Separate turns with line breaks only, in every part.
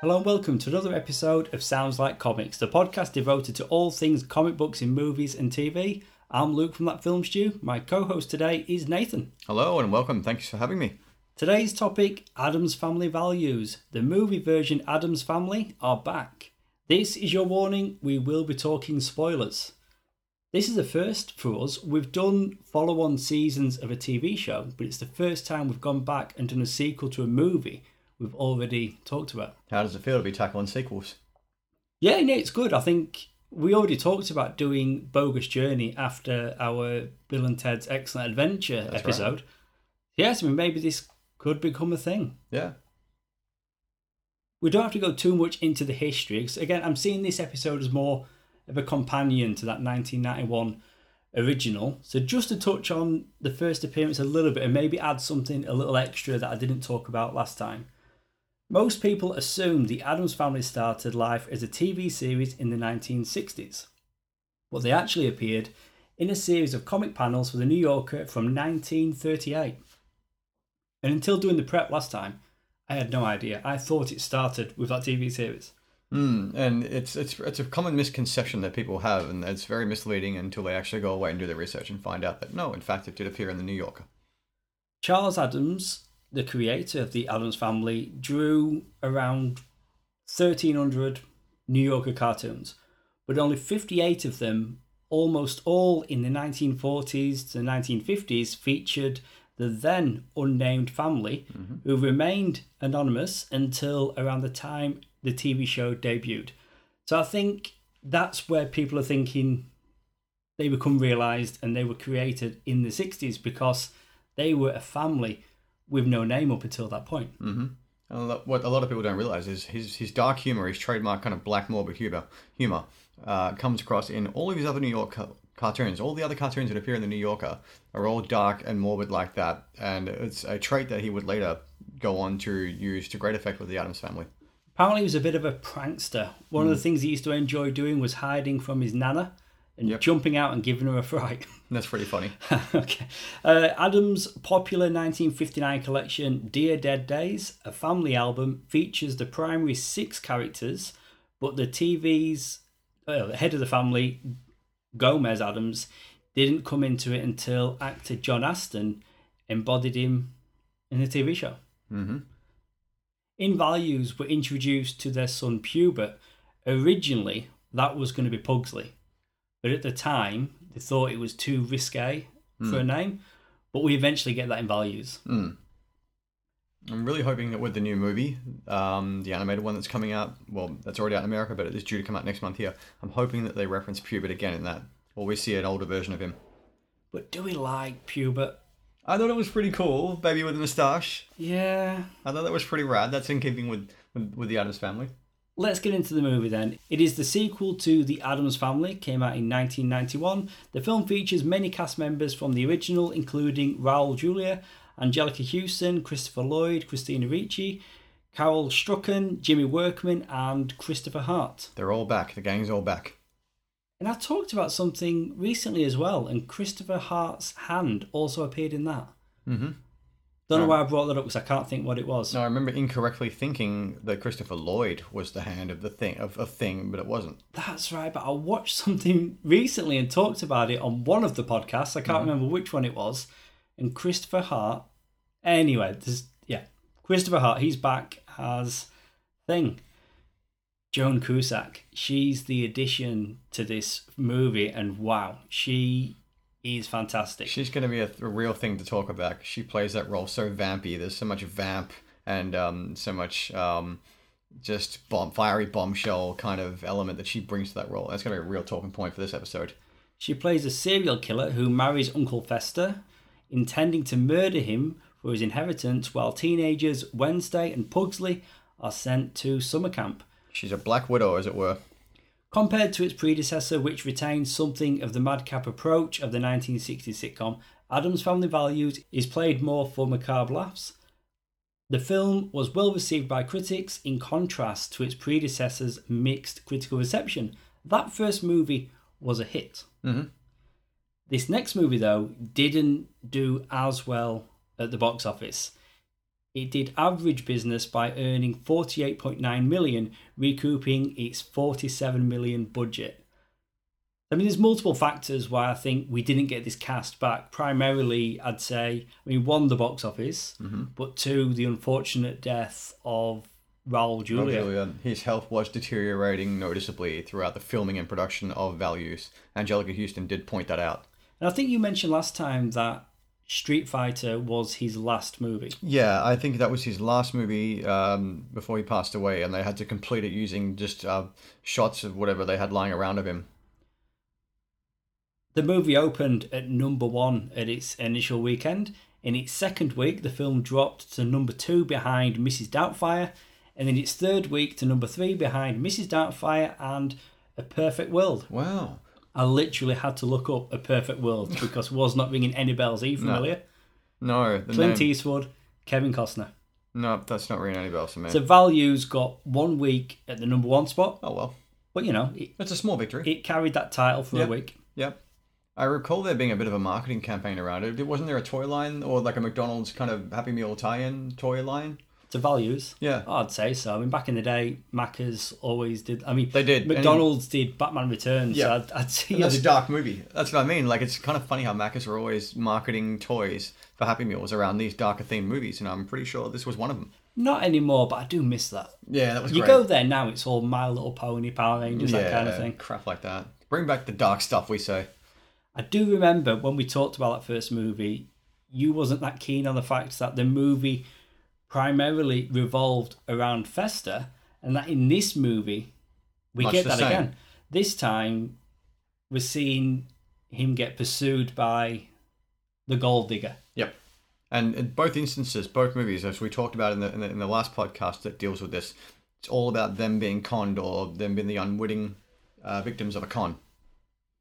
Hello and welcome to another episode of Sounds Like Comics, the podcast devoted to all things comic books in movies and TV. I'm Luke from That Film Stew. My co host today is Nathan.
Hello and welcome. Thanks for having me.
Today's topic Adam's Family Values. The movie version Adam's Family are back. This is your warning we will be talking spoilers. This is the first for us. We've done follow on seasons of a TV show, but it's the first time we've gone back and done a sequel to a movie we've already talked about.
How does it feel to be tackling sequels?
Yeah, no, it's good. I think we already talked about doing Bogus Journey after our Bill and Ted's Excellent Adventure
That's
episode. Yes, I mean, maybe this could become a thing.
Yeah.
We don't have to go too much into the history. 'cause again, I'm seeing this episode as more of a companion to that 1991 original. So just to touch on the first appearance a little bit and maybe add something a little extra that I didn't talk about last time. Most people assume the Adams family started life as a TV series in the 1960s, but they actually appeared in a series of comic panels for The New Yorker from 1938. And until doing the prep last time, I had no idea. I thought it started with that TV series.
Mm, and it's it's it's a common misconception that people have, and it's very misleading until they actually go away and do their research and find out that no, in fact, it did appear in the New Yorker.
Charles Adams, the creator of the Adams family, drew around 1,300 New Yorker cartoons, but only 58 of them, almost all in the 1940s to 1950s, featured the then unnamed family, who remained anonymous until around the time the TV show debuted. So I think that's where people are thinking they become realized and they were created in the 60s because they were a family with no name up until that point.
And a lot- what a lot of people don't realize is his his dark humor, his trademark kind of black morbid humor, humor uh, comes across in all of his other New York ca- cartoons. All the other cartoons that appear in the New Yorker are all dark and morbid like that, and it's a trait that he would later go on to use to great effect with the Adams family.
Apparently, he was a bit of a prankster. One of the things he used to enjoy doing was hiding from his nana and
Yep.
jumping out and giving her a fright.
And that's pretty funny.
okay. Uh, Adam's popular 1959 collection, Dear Dead Days, a family album, features the primary six characters, but the TV's uh, the head of the family, Gomez Adams, didn't come into it until actor John Aston embodied him in the TV show.
Mm-hmm.
In values were introduced to their son Pubert. Originally, that was going to be Pugsley, but at the time they thought it was too risque for a name. But we eventually get that in values.
Mm. I'm really hoping that with the new movie, um, the animated one that's coming out, well, that's already out in America, but it is due to come out next month here. I'm hoping that they reference Pubert again in that, or we see an older version of him.
But do we like Pubert?
I thought it was pretty cool, baby with a moustache.
Yeah.
I thought that was pretty rad. That's in keeping with with, with the Adams family.
Let's get into the movie then. It is the sequel to The Addams Family, came out in 1991. The film features many cast members from the original, including Raul Julia, Angelica Houston, Christopher Lloyd, Christina Ricci, Carol Strucken, Jimmy Workman, and Christopher Hart.
They're all back. The gang's all back.
And I talked about something recently as well, and Christopher Hart's hand also appeared in that.
Mm-hmm.
Don't know
Right.
why I brought that up because I can't think what it was.
No, I remember incorrectly thinking that Christopher Lloyd was the hand of the thing of, of thing, but it wasn't.
That's right, but I watched something recently and talked about it on one of the podcasts. I can't remember which one it was. And Christopher Hart. Anyway, this, yeah, Christopher Hart. He's back as thing. Joan Cusack. She's the addition to this movie, and wow, she is fantastic.
She's going to be a, a real thing to talk about. She plays that role so vampy. There's so much vamp and um, so much um, just bomb, fiery bombshell kind of element that she brings to that role. That's going to be a real talking point for this episode.
She plays a serial killer who marries Uncle Fester, intending to murder him for his inheritance while teenagers Wednesday and Pugsley are sent to summer camp.
She's a black widow, as it were.
Compared to its predecessor, which retained something of the madcap approach of the 1960s sitcom, Adam's Family Values is played more for macabre laughs. The film was well received by critics in contrast to its predecessor's mixed critical reception. That first movie was a hit.
Mhm.
This next movie, though, didn't do as well at the box office. It did average business by earning 48.9 million, recouping its 47 million budget. I mean, there's multiple factors why I think we didn't get this cast back. Primarily, I'd say, I mean, one, the box office, but two, the unfortunate death of Raul Julia.
Julia, his health was deteriorating noticeably throughout the filming and production of Values. Angelica Houston did point that out.
And I think you mentioned last time that Street Fighter was his last movie.
Yeah, I think that was his last movie um, before he passed away, and they had to complete it using just uh, shots of whatever they had lying around of him.
The movie opened at number one at its initial weekend. In its second week, the film dropped to number two behind Mrs. Doubtfire, and in its third week to number three behind Mrs. Doubtfire and A Perfect World.
Wow.
I literally had to look up A Perfect World because was not ringing any bells even earlier.
No, the
Clint
name-
Eastwood, Kevin Costner.
No, that's not ringing any bells for me.
So Values got one week at the number one spot,
oh well,
but you know, it,
that's a small victory.
it carried that title for
Yeah.
a week.
Yep. I recall there being a bit of a marketing campaign around it. Wasn't there a toy line or like a McDonald's kind of Happy Meal tie-in toy line?
To Values,
Yeah.
I'd say so. I mean, back in the day, Macca's always did. I mean,
They did, and-
McDonald's did Batman Returns.
Yeah.
Yeah. I'd, I'd see
And that's a
us-
dark movie. That's what I mean. Like, it's kind of funny how Macca's are always marketing toys for Happy Meals around these darker themed movies, and I'm pretty sure this was one of them.
not anymore, but I do miss that.
Yeah, that was
You
great.
go there now, it's all My Little Pony, Power Rangers,
yeah,
that kind of thing.
crap like that. Bring back the dark stuff, we say.
I do remember when we talked about that first movie, you wasn't that keen on the fact that the movie primarily revolved around Festa, and that in this movie we
Much
get
the
that
same.
again. This time we're seeing him get pursued by the gold digger.
Yep. And in both instances, both movies, as we talked about in the, in the in the last podcast that deals with this, it's all about them being conned or them being the unwitting uh, victims of a con.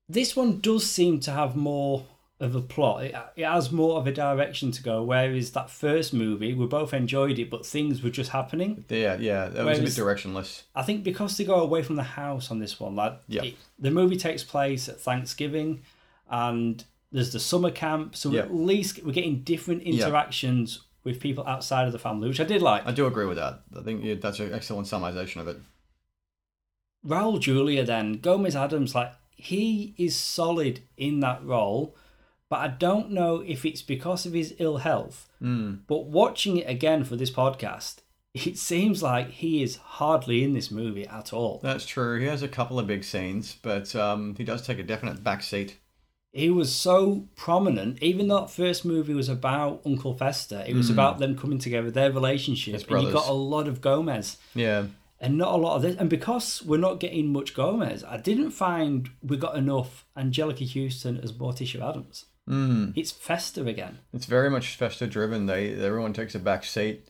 This one does seem to have more of a plot. It, it has more of a direction to go. Whereas that first movie, we both enjoyed it, but things were just happening.
Yeah, yeah, that was a bit
Whereas-
directionless.
I think because they go away from the house on this one, like
Yeah.
it- the movie takes place at Thanksgiving, and there's the summer camp, so
Yeah.
at least we're getting different interactions with people outside of the family, which I did like.
I do agree with that. I think yeah, that's an excellent summarization of it.
Raul Julia, then Gomez Adams, like he is solid in that role, but I don't know if it's because of his ill health. But watching it again for this podcast, it seems like he is hardly in this movie at all.
That's true. He has a couple of big scenes, but um, he does take a definite back seat.
he was so prominent. Even though that first movie was about Uncle Fester, it was about them coming together, their relationship,
As
and you
brothers.
got a lot of Gomez
Yeah.
and not a lot of this. And because we're not getting much Gomez, I didn't find we got enough Angelica Houston as Morticia Adams. Mm. It's Fester again,
Hmm. It's very much Festa driven. They everyone takes a back seat.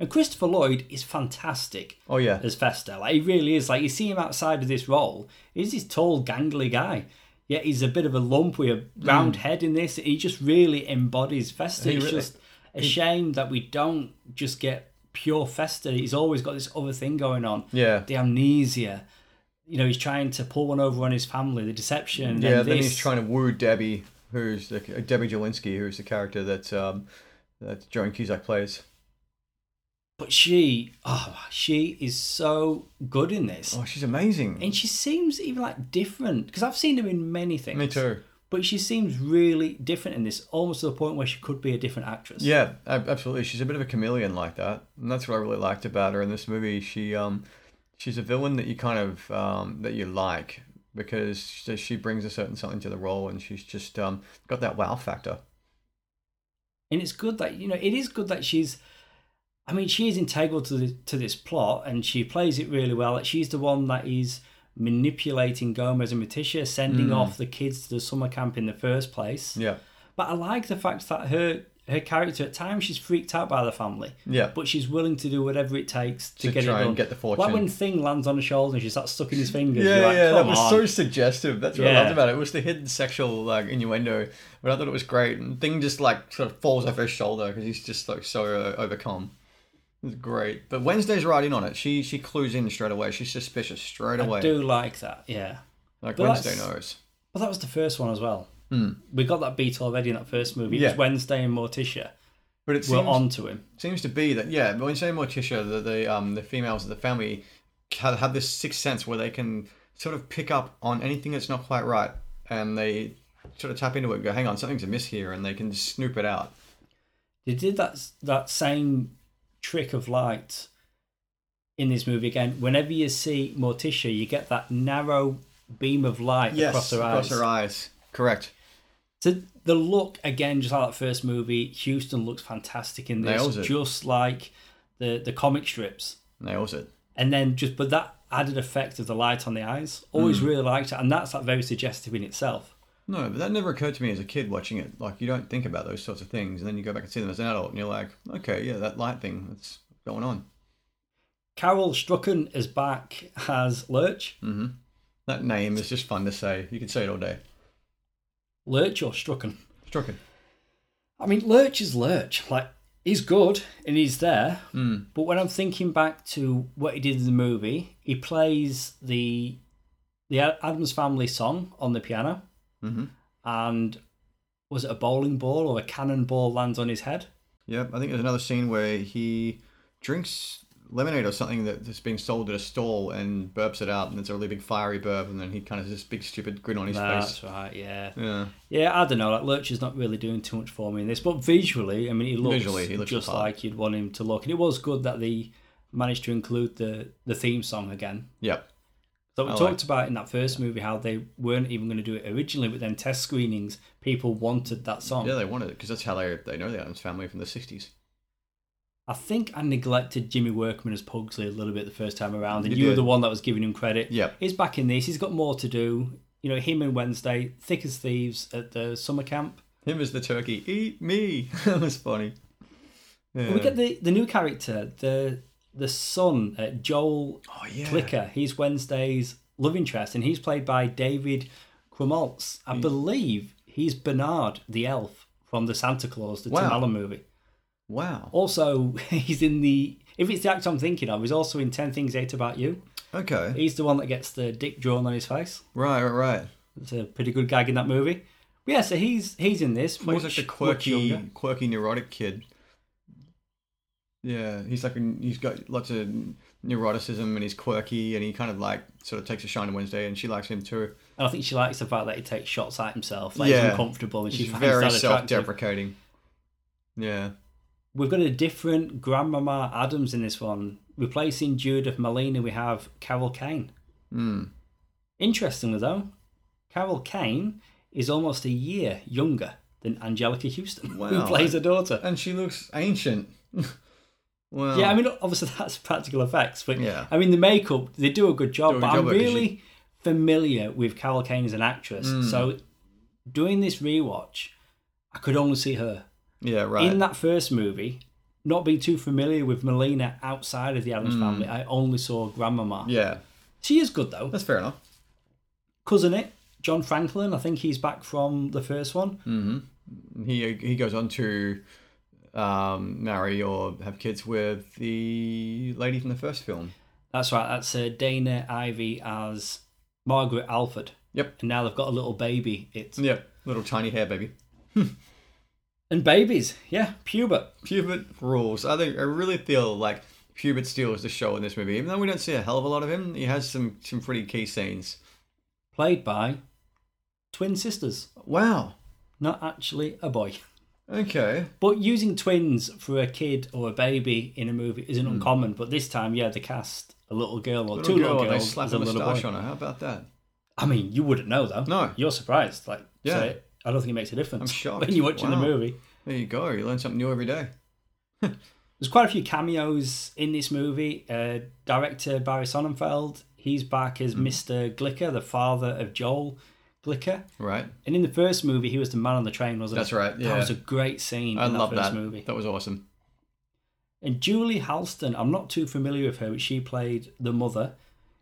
and Christopher Lloyd is fantastic
Oh yeah.
as Fester. Like he really is. Like you see him outside of this role, he's this tall, gangly guy. Yet he's a bit of a lump with a round head in this. He just really embodies Fester.
Hmm. He
it's
really-
just a shame that we don't just get pure Fester. He's always got this other thing going on.
Yeah.
The amnesia. You know, he's trying to pull one over on his family, the deception.
Yeah,
and
then
this.
he's trying to woo Debbie, who's the, uh, Debbie Jelinski, who's the character that um, that Joan Cusack plays.
But she, oh, she is so good in this.
Oh, she's amazing.
And she seems even like different because I've seen her in many things.
Me too.
But she seems really different in this, almost to the point where she could be a different actress.
Yeah, ab- absolutely. She's a bit of a chameleon like that, and that's what I really liked about her in this movie. She um, she's a villain that you kind of um, that you like because she she brings a certain something to the role, and she's just um, got that wow factor.
And it's good that, you know, it is good that she's, I mean, she is integral to, the, to this plot and she plays it really well. Like she's the one that is manipulating Gomez and Morticia, sending off the kids to the summer camp in the first place.
Mm. Yeah,
But I like the fact that her her character at times she's freaked out by the family.
yeah,
But she's willing to do whatever it takes to,
To
get
try
it
and
done.
get the
Like
fortune.
when Thing lands on her shoulder and she starts sucking his fingers.
yeah,
you're like,
yeah. That
"Come
was
on."
so suggestive. That's what I loved
Yeah.
about it. It was the hidden sexual like innuendo, but I thought it was great. And thing just like sort of falls off his shoulder because he's just like so uh, overcome. It's great. But Wednesday's right in on it. She she clues in straight away. She's suspicious straight away.
I do like that, yeah.
Like
But
Wednesday
that's-
knows.
Well, that was the first one as well. We got that beat already in that first movie. It
Hmm. Yeah.
was Wednesday and Morticia.
But it
were
seems,
onto him.
seems to be that yeah. But when you say Morticia, the the, um, the females of the family have, have this sixth sense where they can sort of pick up on anything that's not quite right, and they sort of tap into it. and Go, hang on, something's amiss here, and they can snoop it out.
They did that that same trick of light in this movie again. Whenever you see Morticia, you get that narrow beam of light across her eyes.
eyes. Correct.
So the look again, just like that first movie, Houston looks fantastic in this,
Nails it.
just like the the comic strips.
Nails it.
And then just but that added effect of the light on the eyes,
Hmm.
always really liked it, and that's like very suggestive in itself.
No, but that never occurred to me as a kid watching it. Like you don't think about those sorts of things, and then you go back and see them as an adult, and you're like, okay, yeah, that light thing, that's going on.
Carol Strucken is back as Lurch,
Mm-hmm. That name is just fun to say. You can say it all day.
Lurch or Strucken.
Struck it.
I mean, Lurch is Lurch. Like, he's good and he's there.
Mm.
But when I'm thinking back to what he did in the movie, he plays the the Adams Family song on the piano, Mm-hmm.
Mhm.
and was it a bowling ball or a cannonball lands on his head?
Yep. I think there's another scene where he drinks lemonade or something that- that's being sold at a stall and burps it out, and it's a really big fiery burp, and then he kind of has this big stupid grin on his
That's
face.
right. Yeah,
Yeah.
yeah. I don't know. Like, Lurch is not really doing too much for me in this, but visually, I mean, he looks,
Visually, he looks
just
the part.
like you'd want him to look. And it was good that they managed to include the the theme song again.
Yep.
So we
I
talked about in that first movie how they weren't even going to do it originally, but then test screenings, people wanted that song.
Yeah, they wanted it because that's how they they know the Adams family from the '60s.
I think I neglected Jimmy Workman as Pugsley a little bit the first time around, and
You
you, were
did.
the one that was giving him credit.
Yep.
He's back in this, he's got more to do. You know, him and Wednesday, thick as thieves at the summer camp.
Him as the turkey. Eat me. that was funny. Yeah.
And we get the, the new character, the the son, uh, Joel
oh yeah.
Clicker. He's Wednesday's love interest, and he's played by David Crumoltz.
Hmm.
I believe he's Bernard the elf from the Santa Claus, the Tim
Wow.
Allen movie.
Wow.
Also, he's in the. If it's the act I'm thinking of, he's also in Ten Things I Hate About You.
Okay.
He's the one that gets the dick drawn on his face.
Right. Right. Right.
It's a pretty good gag in that movie. But yeah, so he's he's in this.
He's
much-
like the
much younger.
quirky, quirky neurotic kid. Yeah, he's like a, he's got lots of neuroticism and he's quirky and he kind of like sort of takes a shine to Wednesday and she likes him too.
And I think she likes the fact that he takes shots at himself. Like he's
Yeah.
uncomfortable, and she
He's
finds
very
that attractive.
self-deprecating. Yeah,
We've got a different Grandmama Adams in this one. Replacing Judith Malina, we have Carol Kane.
mm.
Interestingly, though, Carol Kane is almost a year younger than Angelica Houston, who
Wow.
plays her daughter.
and she looks ancient. well,
Yeah, I mean, obviously that's practical effects, but
Oh. Yeah.
I mean the makeup they do a good job.
Do a
but
good
I'm
job, because
really familiar with Carol Kane as an actress,
Hmm.
so doing this rewatch, I could only see her
yeah, right.
in that first movie. Not being too familiar with Melina outside of the Adams family, I only saw Grandmama.
yeah,
She is good though.
that's fair enough.
Cousin it, John Franklin. I think he's back from the first one.
He he goes on to um, marry or have kids with the lady from the first film.
That's right. That's uh, Dana Ivy as Margaret Alford.
Yep.
And now they've got a little baby. It's
Yep, little tiny hair baby.
and babies. Yeah, pubert.
Pubert rules. I think I really feel like Pubert steals the show in this movie. Even though we don't see a hell of a lot of him, he has some some pretty key scenes.
played by twin sisters,
Wow.
not actually a boy.
Okay.
But using twins for a kid or a baby in a movie isn't uncommon. But this time, yeah, they cast a little girl or
Hmm. Little
two
girl,
little
and they
girls
slap
as
a
a little
moustache
boy.
on her. How about that?
I mean, you wouldn't know though.
No.
you're surprised. Like,
Yeah.
so I don't think it makes a difference.
I'm shocked.
when you're watching
Wow.
the movie.
There you go. You learn something new every day.
There's quite a few cameos in this movie. Uh, director Barry Sonnenfeld, he's back
Hmm.
as Mr. Glicker, the father of Joel Glicker.
Right.
And in the first movie, he was the man on the train, wasn't
That's
he?
right, yeah.
That was a great scene
I
in
love
that first
that.
movie.
That was awesome.
And Julie Halston, I'm not too familiar with her, but she played the mother.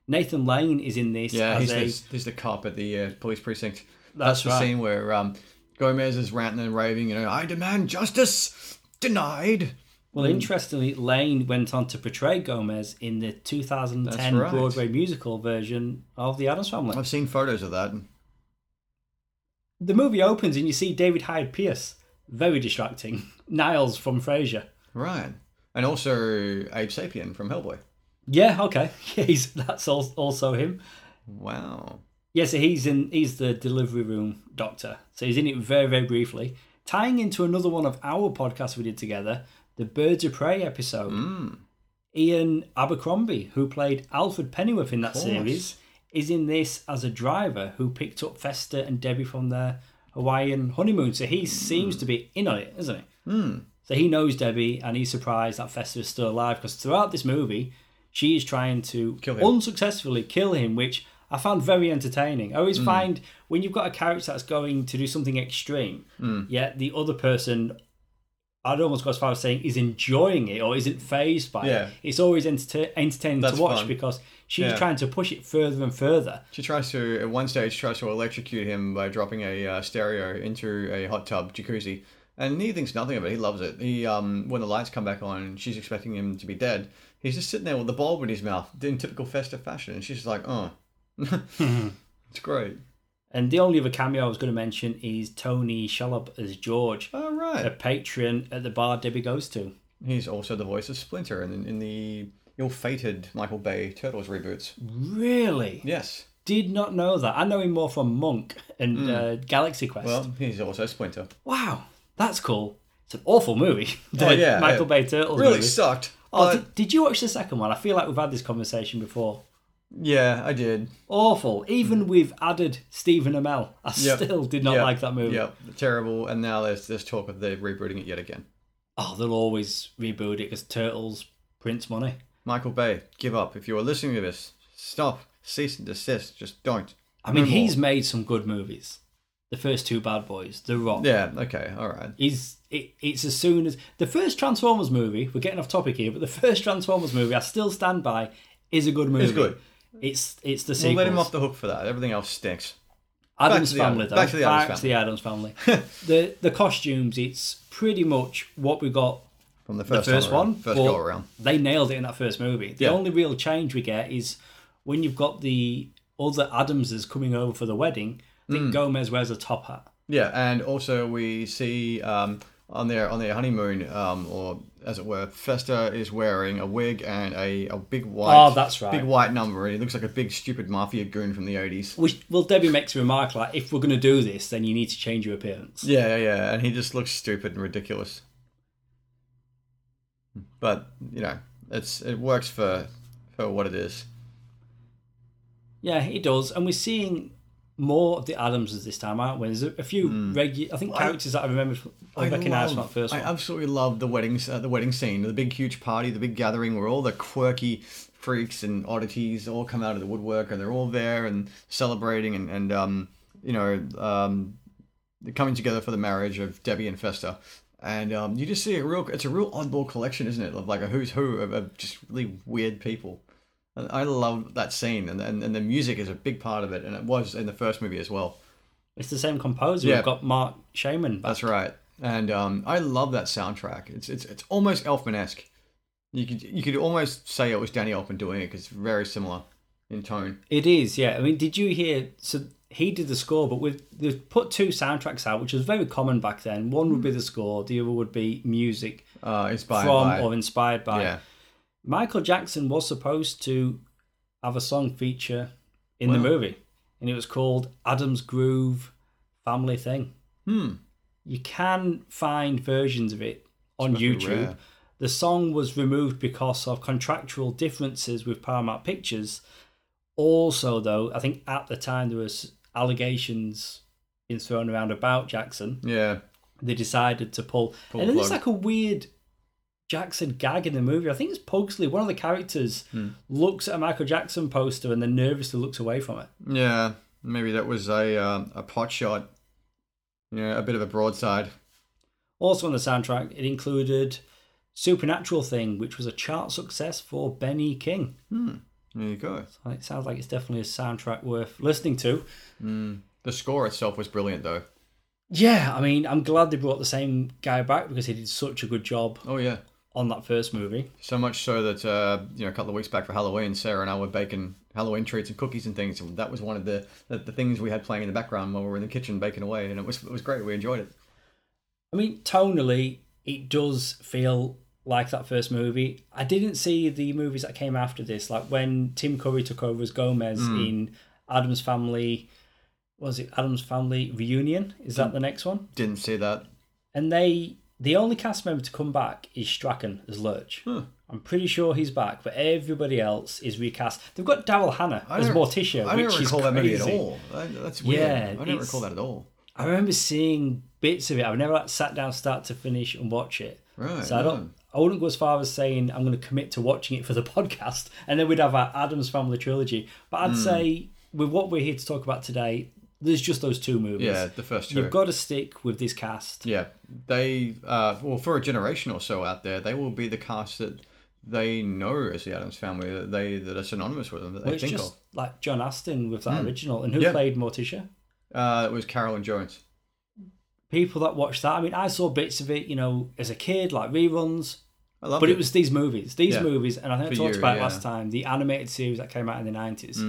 Nathan Lane is in this
Yeah,
as
he's
a
the, he's the cop at the uh, police precinct.
That's
the
right.
scene where um, Gomez is ranting and raving. You know, I demand justice. Denied.
well,
Mm.
interestingly, Lane went on to portray Gomez in the 2010
That's right.
Broadway musical version of The Addams Family.
I've seen photos of that.
The movie opens and you see David Hyde Pierce Very distracting. Niles from Frasier.
Right. And also Abe Sapien from Hellboy.
Yeah, okay. He's that's al- also him.
Wow.
Yeah, so he's in he's the delivery room doctor. So he's in it very, very briefly. Tying into another one of our podcasts we did together, the Birds of Prey episode. Ian Abercrombie, who played Alfred Pennyworth in that
course.
series, is in this as a driver who picked up Fester and Debbie from their Hawaiian honeymoon. So he seems to be in on it, isn't he? So he knows Debbie and he's surprised that Fester is still alive because throughout this movie, she is trying to
Kill him.
unsuccessfully kill him, which I found very entertaining. I
Hmm.
always find when you've got a character that's going to do something extreme,
Hmm.
yet the other person, I'd almost go as far as saying, is enjoying it or isn't phased by
Yeah.
it. It's always enter- entertaining
That's
to watch
fun.
because she's
Yeah.
trying to push it further and further.
She tries to, at one stage, tries to electrocute him by dropping a uh, stereo into a hot tub jacuzzi. And he thinks nothing of it. He loves it. He, um, when the lights come back on, and she's expecting him to be dead. He's just sitting there with the bulb in his mouth, in typical festive fashion. And she's just like, "Oh, it's great."
And the only other cameo I was going to mention is Tony Shallop as George,
All
a
right.
patron at the bar Debbie goes to.
He's also the voice of Splinter in, in the ill-fated Michael Bay Turtles reboots.
Really?
Yes.
Did not know that. I know him more from Monk and uh, Galaxy Quest.
Hmm. Well, he's also Splinter.
wow, that's cool. It's an awful movie. The
Oh, yeah,
Michael
it
Bay Turtles
Really
movie.
sucked.
Oh,
but-
did, did you watch the second one? I feel like we've had this conversation before.
yeah, I did.
Awful. Even with added Stephen Amell, I
Hmm. Yep.
still did not
Yep.
like that movie.
Yep, terrible. And now there's there's talk of they're rebooting it yet again.
Oh, they'll always reboot it because Turtles prints money.
Michael Bay, give up. If you are listening to this, stop, cease and desist. Just don't.
I mean,
No more.
he's made some good movies. The first two Bad Boys, The Rock.
yeah. Okay, all right.
He's it, it's as soon as the first Transformers movie. We're getting off topic here, but the first Transformers movie, I still stand by, is a good movie.
good.
It's it's the
We'll
sequel.
let him off the hook for that. Everything else stinks.
Adam's
Back to the
family,
Adam-
though.
back to the
Adams
Addams
family. the the costumes, it's pretty much what we got
From the
the
first,
first
time around.
one.
first
but
go around.
They nailed it in that first movie. The
Yeah.
only real change we get is when you've got the other Adamses coming over for the wedding. I
Mm.
think Gomez wears a top hat.
Yeah, and also we see um, on their on their honeymoon, um, or as it were, Festa is wearing a wig and a, a big white.
Oh, that's right.
Big white number, and he looks like a big stupid mafia goon from the 80s.
Which, well, Debbie makes a remark like, "If we're going to do this, then you need to change your appearance."
Yeah, yeah, yeah, and he just looks stupid and ridiculous. But you know, it's it works for for what it is.
Yeah, he does, and we're seeing more of the Adamses this time, aren't we? There's a, a few regular, I think, characters that I remember from- I recognise from that first
Hmm. I
one.
absolutely love the weddings, uh, the wedding scene, the big huge party, the big gathering where all the quirky freaks and oddities all come out of the woodwork, and they're all there and celebrating and and um you know um the coming together for the marriage of Debbie and Festa. And um, you just see a real, it's a real oddball collection, isn't it? Of like a who's who of, of just really weird people. And I love that scene, and, and, and the music is a big part of it, and it was in the first movie as well.
It's the same composer.
Yeah.
We've got Mark Shaman. Back.
That's right. And um, I love that soundtrack. It's it's it's almost Elfman esque. You could you could almost say it was Danny Elfman doing it because it's very similar in tone.
It is, yeah. I mean, did you hear? So he did the score, but with they've put two soundtracks out, which was very common back then. One would be the score, the other would be music
Uh, inspired
from
by
or inspired by.
yeah.
Michael Jackson was supposed to have a song feature in the
Wow.
movie, and it was called Adam's Groove Family Thing.
Hmm.
You can find versions of it on
must be
YouTube.
rare.
The song was removed because of contractual differences with Paramount Pictures. Also, though, I think at the time there was allegations being thrown around about Jackson.
Yeah.
They decided to pull,
Pull
and
the
then there's
plug.
like a weird Jackson gag in the movie. I think it's Pugsley. One of the characters
Hmm.
looks at a Michael Jackson poster and then nervously looks away from it.
Yeah. Maybe that was a um, a pot shot. Yeah, a bit of a broadside.
Also on the soundtrack, it included Supernatural Thing, which was a chart success for Benny King.
There you go.
And It sounds like it's definitely a soundtrack worth listening to.
The score itself was brilliant, though.
Yeah, I mean, I'm glad they brought the same guy back because he did such a good job
Oh yeah.
on that first movie.
So much so that uh, you know, a couple of weeks back for Halloween, Sarah and I were baking Halloween treats and cookies and things, and that was one of the the, the things we had playing in the background while we were in the kitchen baking away, and it was it was great. We enjoyed it.
I mean, tonally, it does feel like that first movie. I didn't see the movies that came after this, like when Tim Curry took over as Gomez in Adam's Family. what Was it Adam's Family Reunion? Is that the next one?
Didn't see that.
And they, the only cast member to come back is Strachan as Lurch. I'm pretty sure he's back, but everybody else is recast. They've got Daryl Hannah
I
as
don't-
Morticia,
I
which
don't
is
recall that movie
crazy.
at all. I, that's weird.
Yeah,
I don't
it's-
recall that at all.
I remember seeing bits of it. I've never like, sat down, start to finish, and watch it.
Right,
So I
right.
don't. I wouldn't go as far as saying I'm going to commit to watching it for the podcast, and then we'd have our Adams Family trilogy. But
Hmm.
I'd say with what we're here to talk about today, there's just those two movies.
Yeah, the first two.
You've got to stick with this cast.
Yeah, they uh, well for a generation or so out there, they will be the cast that they know as the Adams Family that they that are synonymous with them that they
Well, it's
think
just
of.
like John Astin with that original, and who
Hmm. Yeah.
played Morticia?
Uh, it was Carolyn Jones.
People that watched that. I mean, I saw bits of it, you know, as a kid, like reruns.
I love
But it was these movies, these
Yeah.
movies, and I think I
For
talked
you,
about it
yeah. Hmm.
last time. The animated series that came out in the nineties,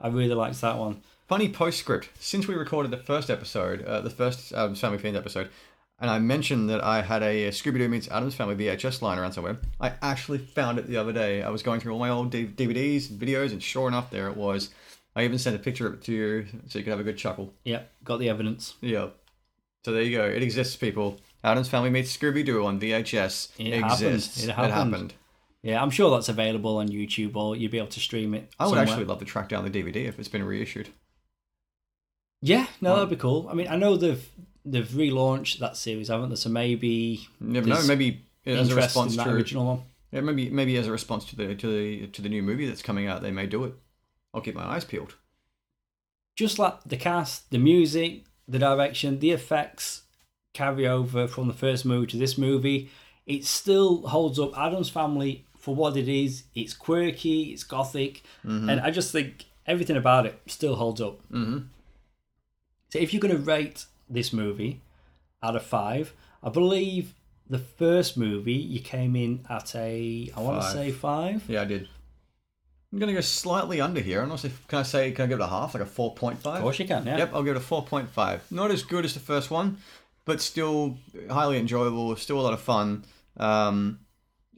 I really liked that one.
funny postscript. Since we recorded the first episode, uh, the first Adams Family Fiends episode, and I mentioned that I had a Scooby Doo meets Adams Family VHS lying around somewhere, I actually found it the other day. I was going through all my old D- DVDs and videos, and sure enough, there it was. I even sent a picture of it to you so you could have a good chuckle.
Yep, got the evidence.
Yeah. So there you go. It exists, people. Adam's Family meets Scooby Doo on VHS.
It
exists.
happened. It happened. Yeah, I'm sure that's available on YouTube, or you'll be able to stream it.
I would
somewhere.
actually love to track down the DVD if it's been reissued.
Yeah, no, that'd
Hmm.
be cool. I mean, I know they've they've relaunched that series, haven't they? So maybe
You never know.
There's
Maybe as a
interest in
response
that
to
original one.
yeah, maybe maybe as a response to the to the to the new movie that's coming out, they may do it. I'll keep my eyes peeled.
Just like the cast, the music, the direction, the effects carry over from the first movie to this movie. It still holds up Adam's Family for what it is. It's quirky, it's gothic, and I just think everything about it still holds up.
Mhm.
So if you're going to rate this movie out of five, I believe the first movie you came in at a I want to
Five.
say five.
Yeah, I did. I'm gonna go slightly under here, and also can I say can I give it a half, like a four point five?
Of course you can, yeah.
Yep, I'll give it a 4.5. Not as good as the first one, but still highly enjoyable, still a lot of fun. Um,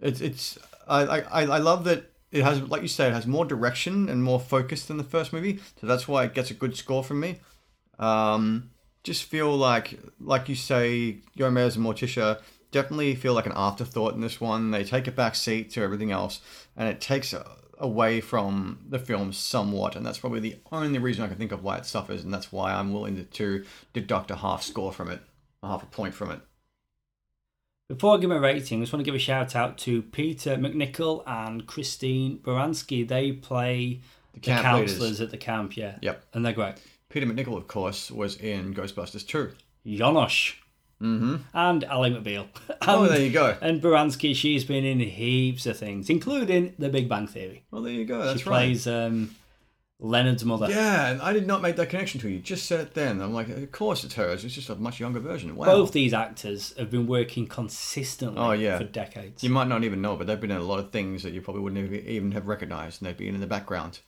it's it's I, I, I love that it has, like you say, it has more direction and more focus than the first movie, so that's why it gets a good score from me. Um, just feel like, like you say, Gomez and Morticia definitely feel like an afterthought in this one. They take a back seat to everything else, and it takes a, away from the film somewhat. And that's probably the only reason I can think of why it suffers, and that's why I'm willing to, to deduct a half score from it, a half a point from it.
Before I give my rating, I just want to give a shout out to Peter McNichol and Christine Baranski. They play the,
camp
counselors
leaders.
at the camp, yeah.
Yep.
And they're great.
Peter McNichol, of course, was in Ghostbusters 2.
Jonosh
Mm-hmm.
and Ali McBeal. And,
Oh, there you go.
and Baranski, she's been in heaps of things, including The Big Bang Theory.
Well, there you go. That's
she
right.
plays um, Leonard's mother.
Yeah, and I did not make that connection to you. Just said it then. I'm like, of course it's hers. It's just a much younger version. Wow.
Both these actors have been working consistently
Oh, yeah.
for decades.
You might not even know, but they've been in a lot of things that you probably wouldn't have even have recognized, and they've been in the background.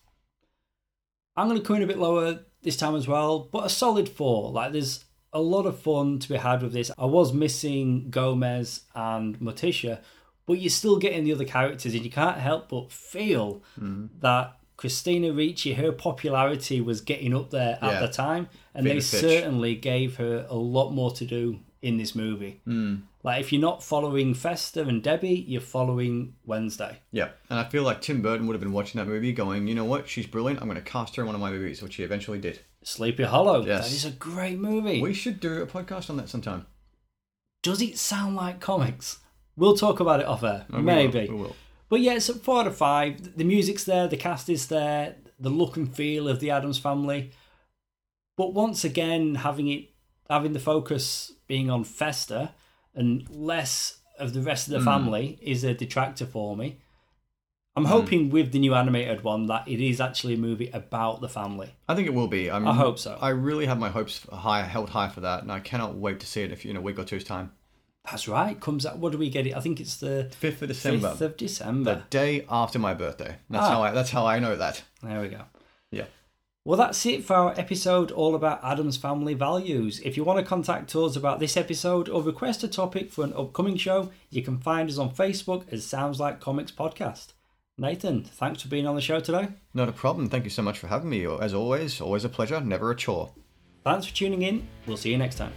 I'm going to come in a bit lower this time as well, but a solid four. Like, there's a lot of fun to be had with this. I was missing Gomez and Morticia, but you're still getting the other characters, and you can't help but feel
Mm-hmm.
that Christina Ricci, her popularity was getting up there at
Yeah.
the time, and
Bit
they
of pitch.
certainly gave her a lot more to do in this movie.
Mm.
Like, if you're not following Fester and Debbie, you're following Wednesday.
Yeah, and I feel like Tim Burton would have been watching that movie, going, "You know what? She's brilliant. I'm going to cast her in one of my movies," which he eventually did.
Sleepy Hollow.
Yes.
That is a great movie.
We should do a podcast on that sometime.
does it sound like comics? We'll talk about it off air,
Oh, we will.
maybe.
we will.
But yeah, it's at four out of five. The music's there, the cast is there, the look and feel of the Adams family. But once again, having it, having the focus being on Fester and less of the rest of
Hmm.
the family is a detractor for me. I'm
Hmm.
hoping with the new animated one that it is actually a movie about the family.
I think it will be. I'm,
I hope so.
I really have my hopes high, held high for that, and I cannot wait to see it if in a week or two's time.
That's right. Comes out. What do we get it? I think it's the
Fifth of December,
fifth of December.
the day after my birthday. That's
Ah.
how I. That's how I know that.
There we go.
Yeah.
Well, that's it for our episode all about Adam's family values. If you want to contact us about this episode or request a topic for an upcoming show, you can find us on Facebook as Sounds Like Comics Podcast. Nathan, thanks for being on the show today.
Not a problem. Thank you so much for having me. As always, always a pleasure, never a chore.
Thanks for tuning in. We'll see you next time.